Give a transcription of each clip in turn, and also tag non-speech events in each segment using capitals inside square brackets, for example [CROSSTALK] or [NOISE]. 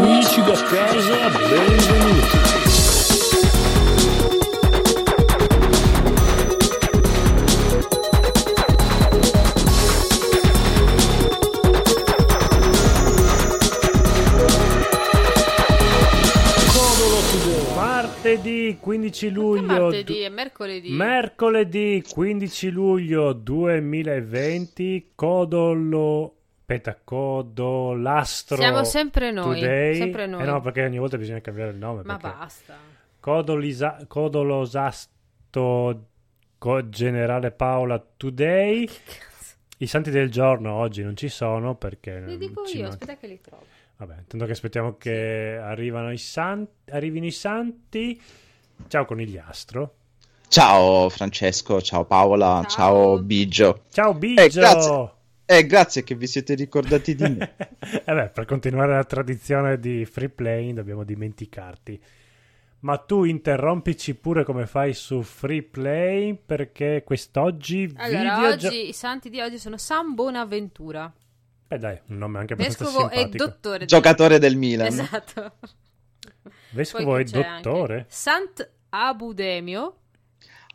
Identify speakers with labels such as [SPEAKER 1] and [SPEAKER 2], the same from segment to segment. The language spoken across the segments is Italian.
[SPEAKER 1] Nítida casa, bem-vindo. Martedì 15
[SPEAKER 2] Che
[SPEAKER 1] luglio.
[SPEAKER 2] martedì e mercoledì.
[SPEAKER 1] Mercoledì 15 luglio 2020, Codolo. Aspetta, Codolastro.
[SPEAKER 2] Siamo sempre noi,
[SPEAKER 1] Today.
[SPEAKER 2] sempre noi.
[SPEAKER 1] Eh no, perché ogni volta bisogna cambiare il nome.
[SPEAKER 2] Ma
[SPEAKER 1] perché
[SPEAKER 2] basta.
[SPEAKER 1] Codolisa- Codolosasto Co- Generale Paola Today.
[SPEAKER 2] Cazzo.
[SPEAKER 1] I santi del giorno oggi non ci sono perché.
[SPEAKER 2] Li dico
[SPEAKER 1] Eh, ci
[SPEAKER 2] io,
[SPEAKER 1] manca-
[SPEAKER 2] aspetta che li trovo.
[SPEAKER 1] Vabbè, tanto che aspettiamo che arrivano i san- arrivino i santi. Ciao conigliastro.
[SPEAKER 3] Ciao Francesco, ciao Paola,
[SPEAKER 2] Ciao.
[SPEAKER 3] ciao, Biggio.
[SPEAKER 1] Ciao Biggio!
[SPEAKER 3] grazie. Eh, grazie che vi siete ricordati
[SPEAKER 2] [LAUGHS]
[SPEAKER 3] di me.
[SPEAKER 1] [LAUGHS] Eh beh, per continuare la tradizione di free playing dobbiamo dimenticarti. Ma tu interrompici pure come fai su free play perché quest'oggi
[SPEAKER 2] Allora,
[SPEAKER 1] videogio-
[SPEAKER 2] oggi i santi di oggi sono San Bonaventura,
[SPEAKER 1] Beh Eh, dai, un nome anche abbastanza
[SPEAKER 2] vescovo e
[SPEAKER 1] simpatico.
[SPEAKER 2] dottore. di-
[SPEAKER 3] Giocatore del Milan.
[SPEAKER 2] Esatto.
[SPEAKER 1] Vescovo
[SPEAKER 2] Poi
[SPEAKER 1] e
[SPEAKER 2] chi c'è anche?
[SPEAKER 1] dottore?
[SPEAKER 2] Sant'Abudemio.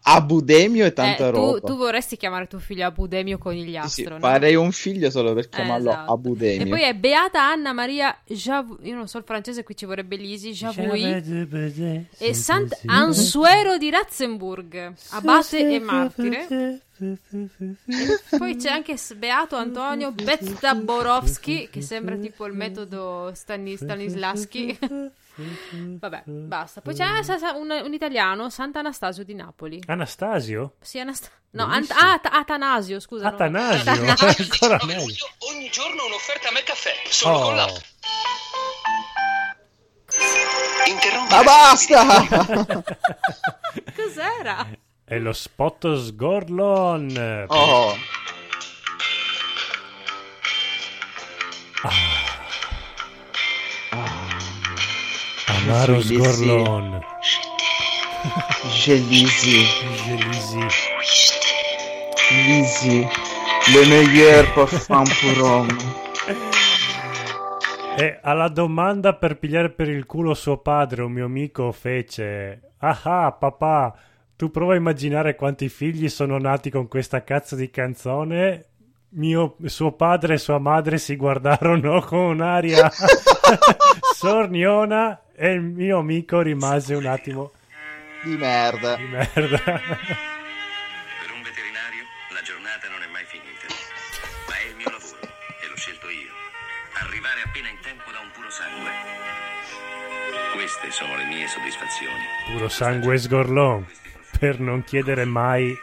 [SPEAKER 3] Abudemio e tanta
[SPEAKER 2] Eh, tu,
[SPEAKER 3] roba.
[SPEAKER 2] tu vorresti chiamare tuo figlio Abudemio
[SPEAKER 3] Sì, sì,
[SPEAKER 2] Conigliastro, no?
[SPEAKER 3] farei un figlio solo per
[SPEAKER 2] Eh,
[SPEAKER 3] chiamarlo
[SPEAKER 2] esatto.
[SPEAKER 3] Abudemio.
[SPEAKER 2] E poi è Beata Anna Maria Javu... Io non so il francese, qui ci vorrebbe l'Isi, Javui. E Sant'Ansuero di Ratzenburg, abate e martire. Poi c'è anche s- Beato Antonio Bezdaborowski, che sembra tipo il metodo Stani- Stanislaschi. Vabbè, basta. Poi c'è ah, sa- sa- un, un italiano, Sant'Anastasio di Napoli.
[SPEAKER 1] Anastasio?
[SPEAKER 2] Sì, Anast- no,
[SPEAKER 1] Bellissimo.
[SPEAKER 2] Ant- ah, At- Atanasio, scusa. no.
[SPEAKER 1] Atanasio? Ancora meglio.
[SPEAKER 4] Ogni giorno un'offerta a caffè, solo con
[SPEAKER 1] Oh, [LAUGHS]
[SPEAKER 4] l'app. Interrompi.
[SPEAKER 3] Ma basta!
[SPEAKER 2] [LAUGHS] Cos'era?
[SPEAKER 1] è lo spot sgorlon.
[SPEAKER 3] oh,
[SPEAKER 1] Amaro
[SPEAKER 3] Sì, sì.
[SPEAKER 1] sgorlon.
[SPEAKER 3] gelisi,
[SPEAKER 1] Gelisi.
[SPEAKER 3] lisi, le meilleur parfum pour homme.
[SPEAKER 1] E alla domanda per pigliare per il culo suo padre, un mio amico fece: Ah ah, papà, tu prova a immaginare quanti figli sono nati con questa cazzo di canzone. Mio, suo padre e sua madre si guardarono [LAUGHS] con un'aria sorniona e il mio amico rimase un attimo
[SPEAKER 3] Di merda.
[SPEAKER 1] di merda.
[SPEAKER 4] Per un veterinario la giornata non è mai finita. Ma è il mio lavoro e l'ho scelto io. Arrivare appena in tempo da un puro sangue. Queste sono le mie soddisfazioni.
[SPEAKER 1] Puro sangue sgorlon, per non chiedere mai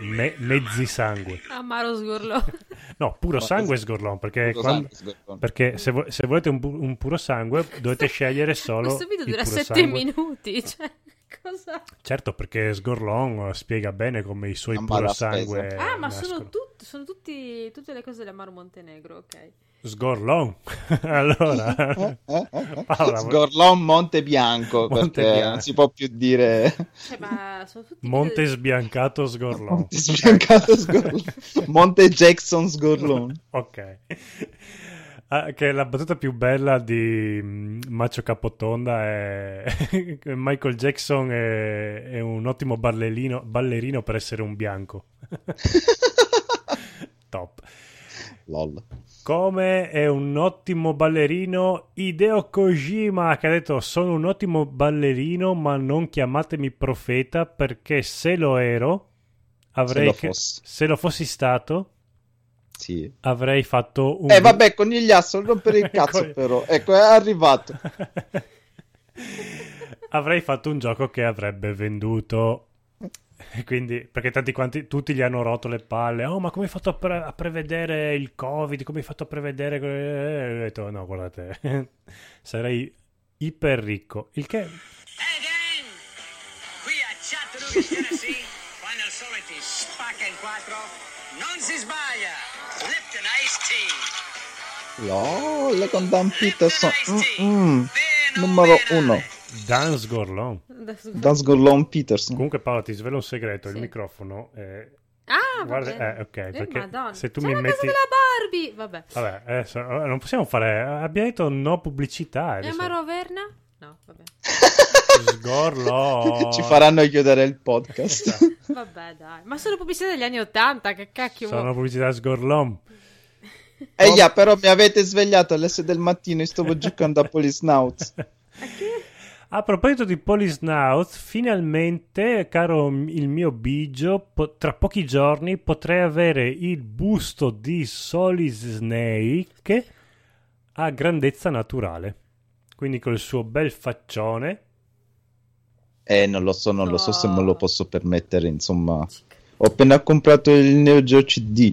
[SPEAKER 1] me- mezzi sangue.
[SPEAKER 2] Amaro Sgorlo.
[SPEAKER 1] No, puro
[SPEAKER 3] No,
[SPEAKER 1] sangue
[SPEAKER 3] es-
[SPEAKER 1] sgorlon, perché
[SPEAKER 3] Puro
[SPEAKER 1] quando-
[SPEAKER 3] sangue sgorlon.
[SPEAKER 1] perché se, vo- se volete un, pu- un puro
[SPEAKER 3] [LAUGHS]
[SPEAKER 1] sangue dovete scegliere solo
[SPEAKER 2] Questo video
[SPEAKER 1] il
[SPEAKER 2] dura
[SPEAKER 1] puro
[SPEAKER 2] 7
[SPEAKER 1] sangue.
[SPEAKER 2] minuti. Cioè, cosa?
[SPEAKER 1] Certo, perché Sgorlon eh, spiega bene come i suoi
[SPEAKER 3] Non vado
[SPEAKER 1] puro
[SPEAKER 3] a spesa.
[SPEAKER 1] sangue
[SPEAKER 2] ah, ma
[SPEAKER 1] Eh, nascono.
[SPEAKER 2] sono, tut- sono tutti, tutte le cose dell'Amaro Montenegro, ok.
[SPEAKER 1] Sgorlon. [LAUGHS]
[SPEAKER 3] [LAUGHS]
[SPEAKER 1] allora,
[SPEAKER 3] Eh, eh, eh.
[SPEAKER 1] Paola, vuoi-
[SPEAKER 3] Sgorlon Monte Bianco,
[SPEAKER 1] Monte
[SPEAKER 3] perché
[SPEAKER 1] Bianco.
[SPEAKER 3] non si può più dire
[SPEAKER 2] Cioè,
[SPEAKER 1] [LAUGHS]
[SPEAKER 2] ma sono tutti
[SPEAKER 1] Monte sbiancato Sgorlon.
[SPEAKER 3] Monte Sbiancato [LAUGHS] Sgorlon.
[SPEAKER 1] [LAUGHS]
[SPEAKER 3] Monte Jackson Sgorlon.
[SPEAKER 1] Ok. Ah, che la battuta più bella di mm, Macio Capotonda è [LAUGHS] Michael Jackson è, è un ottimo ballerino, ballerino per essere un bianco. [LAUGHS] Top.
[SPEAKER 3] [LAUGHS] Lol.
[SPEAKER 1] Come è un ottimo ballerino Hideo Kojima che ha detto sono un ottimo ballerino ma non chiamatemi profeta perché se lo ero avrei
[SPEAKER 3] lo
[SPEAKER 1] che-
[SPEAKER 3] fossi.
[SPEAKER 1] se lo fossi stato
[SPEAKER 3] Sì.
[SPEAKER 1] avrei fatto un
[SPEAKER 3] Eh vabbè, conigliastro, non per il
[SPEAKER 1] [LAUGHS]
[SPEAKER 3] cazzo
[SPEAKER 1] Ecco.
[SPEAKER 3] però. Ecco, è arrivato.
[SPEAKER 1] avrei fatto un gioco che avrebbe venduto. E Quindi, perché tanti quanti, tutti gli hanno rotto le palle. Oh, ma come hai fatto a, pre- a prevedere il Covid? Come hai fatto a prevedere. que-" E ho detto, no, guardate, sarei iper ricco. Il che.
[SPEAKER 5] Hey gang! Qui a Chattanooga, Tennessee, Final Solity spacca in quattro, non si sbaglia! Lipton Ice Tea!
[SPEAKER 3] Lol, con Dan Peterson.
[SPEAKER 5] Lipton Ice Tea!
[SPEAKER 3] Mm-mm. Mm, Numero
[SPEAKER 5] Fenomenale.
[SPEAKER 3] uno.
[SPEAKER 1] Dan Sgorlon.
[SPEAKER 2] [LAUGHS] Da...
[SPEAKER 3] Dan Sgorlon Peterson.
[SPEAKER 1] Comunque, Paolo, ti svelo un segreto:
[SPEAKER 2] Sì.
[SPEAKER 1] il microfono. eh,
[SPEAKER 2] Ah,
[SPEAKER 1] Guarda-
[SPEAKER 2] vabbè.
[SPEAKER 1] eh, ok, perché
[SPEAKER 2] Madonna.
[SPEAKER 1] se tu
[SPEAKER 2] C'è
[SPEAKER 1] mi
[SPEAKER 2] la
[SPEAKER 1] metti-
[SPEAKER 2] casa della Barbie! Vabbè.
[SPEAKER 1] Vabbè, adesso, eh, non possiamo fare. Abbiamo detto no pubblicità.
[SPEAKER 2] E
[SPEAKER 1] adesso.
[SPEAKER 2] Amaro Verna? No, vabbè.
[SPEAKER 1] Sgorlo.
[SPEAKER 3] [LAUGHS] Ci faranno chiudere il podcast.
[SPEAKER 2] Vabbè, dai. Ma sono pubblicità degli anni 80, che cacchio. vuoi?
[SPEAKER 1] Sono pubblicità sgorlom.
[SPEAKER 3] Eia, Eh, però mi avete svegliato alle 6 del mattino e stavo giocando a Polisnauts.
[SPEAKER 1] A proposito di Polisnauts, finalmente, caro m- il mio Bigio, po- tra pochi giorni potrei avere il busto di Solis Snake a grandezza naturale. Quindi col suo bel faccione.
[SPEAKER 3] Eh, non lo so, non lo so se me lo
[SPEAKER 2] Oh.
[SPEAKER 3] posso permettere, insomma. Ho appena comprato il Neo Geo CD.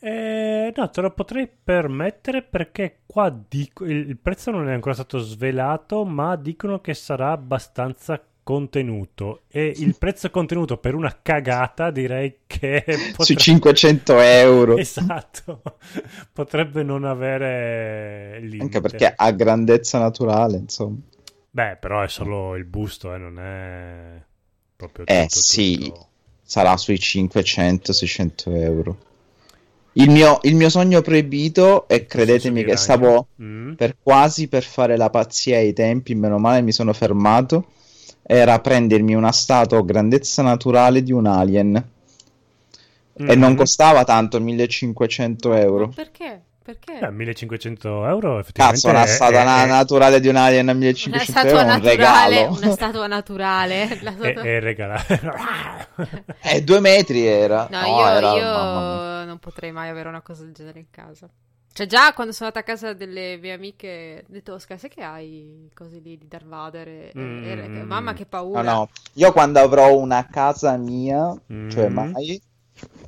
[SPEAKER 1] Eh, no, te lo potrei permettere perché qua dico, il, il prezzo non è ancora stato svelato, ma dicono che sarà abbastanza contenuto. E il prezzo contenuto per una cagata direi che
[SPEAKER 3] Sui
[SPEAKER 1] potrebbe-
[SPEAKER 3] 500 euro.
[SPEAKER 1] Esatto, [LAUGHS] potrebbe non avere limite.
[SPEAKER 3] Anche perché ha grandezza naturale, insomma.
[SPEAKER 1] Beh, però è solo il busto, eh, non è proprio
[SPEAKER 3] Eh,
[SPEAKER 1] tutto,
[SPEAKER 3] sì.
[SPEAKER 1] tutto.
[SPEAKER 3] Sarà sui 500-600 euro. Il mio, il mio sogno proibito, e credetemi che
[SPEAKER 1] Senso di
[SPEAKER 3] stavo
[SPEAKER 1] ragno. Mm.
[SPEAKER 3] per quasi per fare la pazzia ai tempi, meno male mi sono fermato, era prendermi una statua grandezza naturale di un alien. E
[SPEAKER 1] Mhm.
[SPEAKER 3] non costava tanto, 1500 euro.
[SPEAKER 2] Perché? Perché?
[SPEAKER 1] Eh, 1500 euro effettivamente
[SPEAKER 3] Cazzo, una
[SPEAKER 1] è-
[SPEAKER 3] statua
[SPEAKER 1] è-
[SPEAKER 3] na-
[SPEAKER 1] è-
[SPEAKER 3] naturale di un alien a
[SPEAKER 2] Una
[SPEAKER 3] 1500 euro
[SPEAKER 2] statua
[SPEAKER 3] è un
[SPEAKER 2] naturale,
[SPEAKER 3] regalo.
[SPEAKER 2] una statua naturale. [LAUGHS] La
[SPEAKER 1] e,
[SPEAKER 2] statua-
[SPEAKER 1] e [LAUGHS] regalare.
[SPEAKER 3] [LAUGHS] Eh, due metri era.
[SPEAKER 2] No,
[SPEAKER 3] No,
[SPEAKER 2] io,
[SPEAKER 3] era-
[SPEAKER 2] io
[SPEAKER 3] mamma mia.
[SPEAKER 2] non potrei mai avere una cosa del genere in casa. Cioè, già quando sono andata a casa delle mie amiche, ho detto, Oscar, sai che hai cose lì di Darth Vader? E-
[SPEAKER 1] Mm.
[SPEAKER 2] e- e- mamma, che paura.
[SPEAKER 3] No, Ah, no. Io quando avrò una casa mia, cioè
[SPEAKER 1] Mm.
[SPEAKER 3] mai,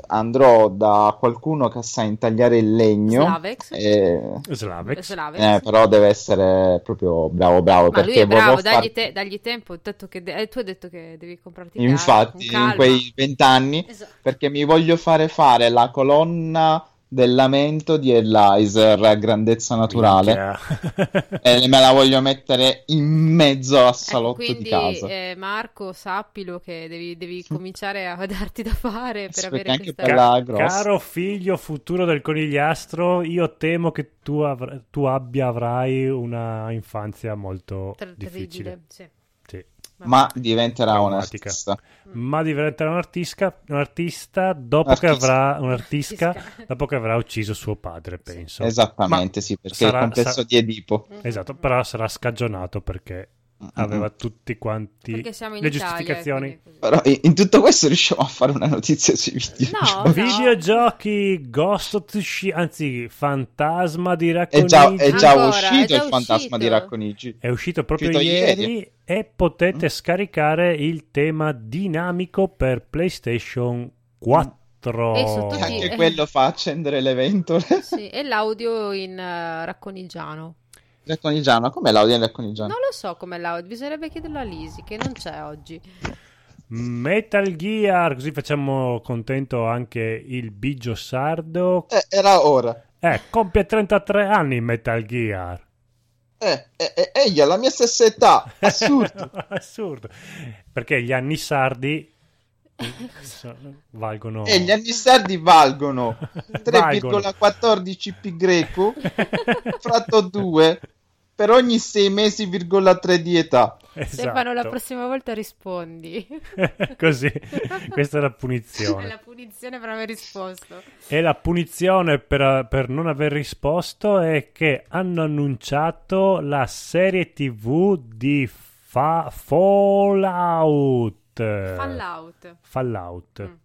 [SPEAKER 3] andrò da qualcuno che sa intagliare il legno.
[SPEAKER 2] Slavex?
[SPEAKER 3] e-
[SPEAKER 1] Slavex.
[SPEAKER 2] Slavex.
[SPEAKER 3] Eh, però deve essere proprio bravo, bravo.
[SPEAKER 2] Ma
[SPEAKER 3] perché
[SPEAKER 2] lui è bravo,
[SPEAKER 3] vorrò
[SPEAKER 2] dagli,
[SPEAKER 3] far-
[SPEAKER 2] te- dagli tempo. Tanto che de- eh, tu hai detto che devi comprarti casa,
[SPEAKER 3] Infatti,
[SPEAKER 2] con calma.
[SPEAKER 3] in quei vent'anni,
[SPEAKER 2] Esatto.
[SPEAKER 3] perché mi voglio fare fare la colonna del lamento di Elizer a grandezza naturale Eh,
[SPEAKER 1] Minchia.
[SPEAKER 3] e me la voglio mettere in mezzo al
[SPEAKER 2] Ecco,
[SPEAKER 3] salotto
[SPEAKER 2] quindi,
[SPEAKER 3] di casa.
[SPEAKER 2] eh, Marco, sappilo che devi, devi cominciare a darti da fare per
[SPEAKER 3] Sì,
[SPEAKER 2] avere
[SPEAKER 3] perché anche
[SPEAKER 2] questa...
[SPEAKER 3] per la grossa.
[SPEAKER 1] Caro figlio futuro del conigliastro, io temo che tu, avr- tu abbia avrai una infanzia molto
[SPEAKER 2] ter-
[SPEAKER 1] difficile.
[SPEAKER 2] terribile, sì.
[SPEAKER 1] Sì.
[SPEAKER 3] Ma diventerà un
[SPEAKER 1] Traumatica.
[SPEAKER 3] artista.
[SPEAKER 1] Mm. Ma diventerà un artista, un artista dopo che
[SPEAKER 3] Artista.
[SPEAKER 1] avrà un artista,
[SPEAKER 2] Fisca.
[SPEAKER 1] dopo che avrà ucciso suo padre, penso.
[SPEAKER 3] esatto. Esattamente, sì, perché
[SPEAKER 1] sarà-
[SPEAKER 3] il complesso
[SPEAKER 1] sarà-
[SPEAKER 3] di Edipo.
[SPEAKER 1] Esatto, però sarà scagionato perché aveva tutti quanti
[SPEAKER 2] Perché siamo in
[SPEAKER 1] le
[SPEAKER 2] Italia,
[SPEAKER 1] giustificazioni.
[SPEAKER 2] quindi così.
[SPEAKER 3] Però in, in tutto questo riusciamo a fare una notizia sui videogiochi.
[SPEAKER 2] No, no.
[SPEAKER 1] Videogiochi Ghost of Tsushima, anzi Fantasma di
[SPEAKER 3] È Eh, già,
[SPEAKER 1] Racconigi.
[SPEAKER 3] è già
[SPEAKER 2] Ancora,
[SPEAKER 3] uscito
[SPEAKER 2] è già
[SPEAKER 3] il fantasma
[SPEAKER 2] uscito.
[SPEAKER 3] di Racconigi.
[SPEAKER 1] È uscito proprio
[SPEAKER 3] Uscito
[SPEAKER 1] ieri,
[SPEAKER 3] ieri. Mm.
[SPEAKER 1] e potete scaricare il tema dinamico per PlayStation 4.
[SPEAKER 2] E su tutti-
[SPEAKER 3] Anche
[SPEAKER 2] eh.
[SPEAKER 3] quello fa accendere le [LAUGHS] ventole.
[SPEAKER 2] Sì, e l'audio in eh, racconigiano.
[SPEAKER 3] Racconigiano, com'è l'audio del Racconigiano?
[SPEAKER 2] Non lo so com'è l'audio, bisognerebbe chiederlo a Lisi, che non c'è oggi.
[SPEAKER 1] Metal Gear, così facciamo contento anche il Bigio Sardo.
[SPEAKER 3] Eh, era ora.
[SPEAKER 1] Eh, compie 33 anni Metal Gear.
[SPEAKER 3] Eh, eh, eh, egli ha la mia stessa età.
[SPEAKER 1] [LAUGHS]
[SPEAKER 3] Assurdo.
[SPEAKER 1] Assurdo. Perché gli anni
[SPEAKER 3] [LAUGHS]
[SPEAKER 1] sardi sono- valgono...
[SPEAKER 3] E Eh, gli anni sardi valgono
[SPEAKER 1] Valgono.
[SPEAKER 3] 3,14 pi
[SPEAKER 1] [LAUGHS]
[SPEAKER 3] greco fratto 2 per ogni 6 mesi, virgola 3 di età.
[SPEAKER 2] Stefano,
[SPEAKER 1] [LAUGHS]
[SPEAKER 2] la
[SPEAKER 1] Esatto.
[SPEAKER 2] prossima volta rispondi.
[SPEAKER 1] [LAUGHS] Così, questa è la punizione.
[SPEAKER 2] [LAUGHS] È la punizione per aver risposto.
[SPEAKER 1] E la punizione per, per non aver risposto è che hanno annunciato la serie TV di Fa- Fallout.
[SPEAKER 2] Fallout.
[SPEAKER 1] Fallout.
[SPEAKER 2] Mm. Meno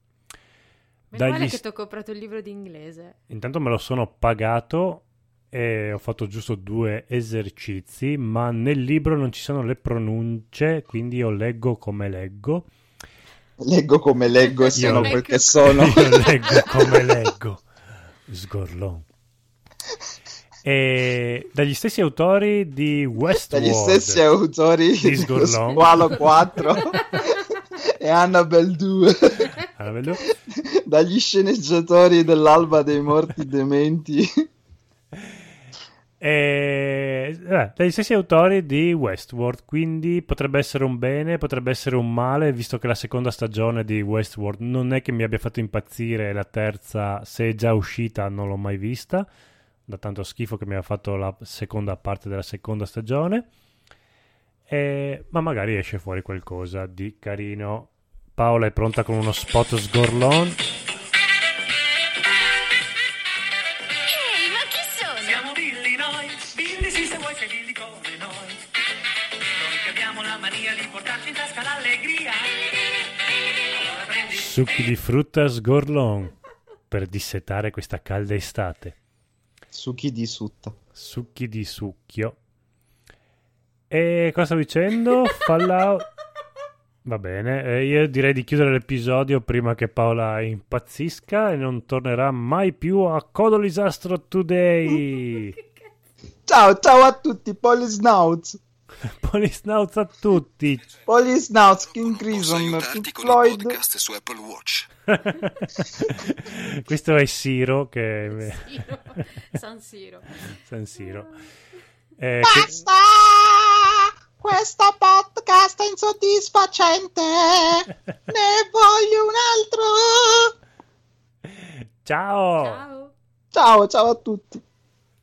[SPEAKER 2] male
[SPEAKER 1] Dagli
[SPEAKER 2] che
[SPEAKER 1] st-
[SPEAKER 2] ti ho comprato il libro di inglese.
[SPEAKER 1] Intanto me lo sono pagato e ho fatto giusto due esercizi, ma nel libro non ci sono le pronunce, quindi io leggo come leggo.
[SPEAKER 3] Leggo come leggo e sono
[SPEAKER 1] leggo
[SPEAKER 3] quel che sono. [LAUGHS]
[SPEAKER 1] Io leggo come leggo. Sgorlon. E dagli stessi autori di Westworld.
[SPEAKER 3] Dagli stessi autori
[SPEAKER 1] Di
[SPEAKER 3] di
[SPEAKER 1] Sgorlone.
[SPEAKER 3] [LAUGHS] Squalo
[SPEAKER 1] [LAUGHS]
[SPEAKER 3] 4 [LAUGHS] e Annabelle 2.
[SPEAKER 1] Ah, bello.
[SPEAKER 3] [LAUGHS] Dagli sceneggiatori dell'Alba dei Morti Dementi
[SPEAKER 1] E, eh, dagli stessi autori di Westworld, quindi potrebbe essere un bene, potrebbe essere un male, visto che la seconda stagione di Westworld non è che mi abbia fatto impazzire, la terza, se è già uscita, non l'ho mai vista, da tanto schifo che mi ha fatto la seconda parte della seconda stagione, E- ma magari esce fuori qualcosa di carino. Paola è pronta con uno spot sgorlon.
[SPEAKER 6] Ehi, ma chi sono?
[SPEAKER 5] Siamo Billy noi, Billy sì se vuoi sei Billy come noi. Noi che abbiamo la mania di portarci in tasca l'allegria. Allora prendi
[SPEAKER 1] Succhi di frutta sgorlon per dissetare questa calda estate.
[SPEAKER 3] Succhi di sutta.
[SPEAKER 1] Succhi di succhio. E cosa stavo dicendo?
[SPEAKER 2] [LAUGHS]
[SPEAKER 1] Fallout. Va bene, eh, io direi di chiudere l'episodio prima che Paola impazzisca e non tornerà mai più a Codolisastro Today.
[SPEAKER 2] [LAUGHS]
[SPEAKER 3] Ciao, ciao a tutti, Polisnauts.
[SPEAKER 1] Polisnauts a
[SPEAKER 2] [LAUGHS]
[SPEAKER 1] tutti.
[SPEAKER 3] Polisnauts, King
[SPEAKER 7] Posso
[SPEAKER 3] Crimson,
[SPEAKER 7] aiutarti
[SPEAKER 3] Pink
[SPEAKER 7] con il
[SPEAKER 3] Floyd.
[SPEAKER 7] podcast su Apple Watch.
[SPEAKER 1] Questo è Siro che...
[SPEAKER 2] Siro. San Siro.
[SPEAKER 1] San
[SPEAKER 2] [LAUGHS]
[SPEAKER 1] Siro. [LAUGHS] Eh, che-
[SPEAKER 3] Basta! Questo podcast è [LAUGHS] insoddisfacente. Ne voglio un altro.
[SPEAKER 1] Ciao!
[SPEAKER 2] Ciao.
[SPEAKER 1] Oh.
[SPEAKER 3] Ciao, ciao a tutti.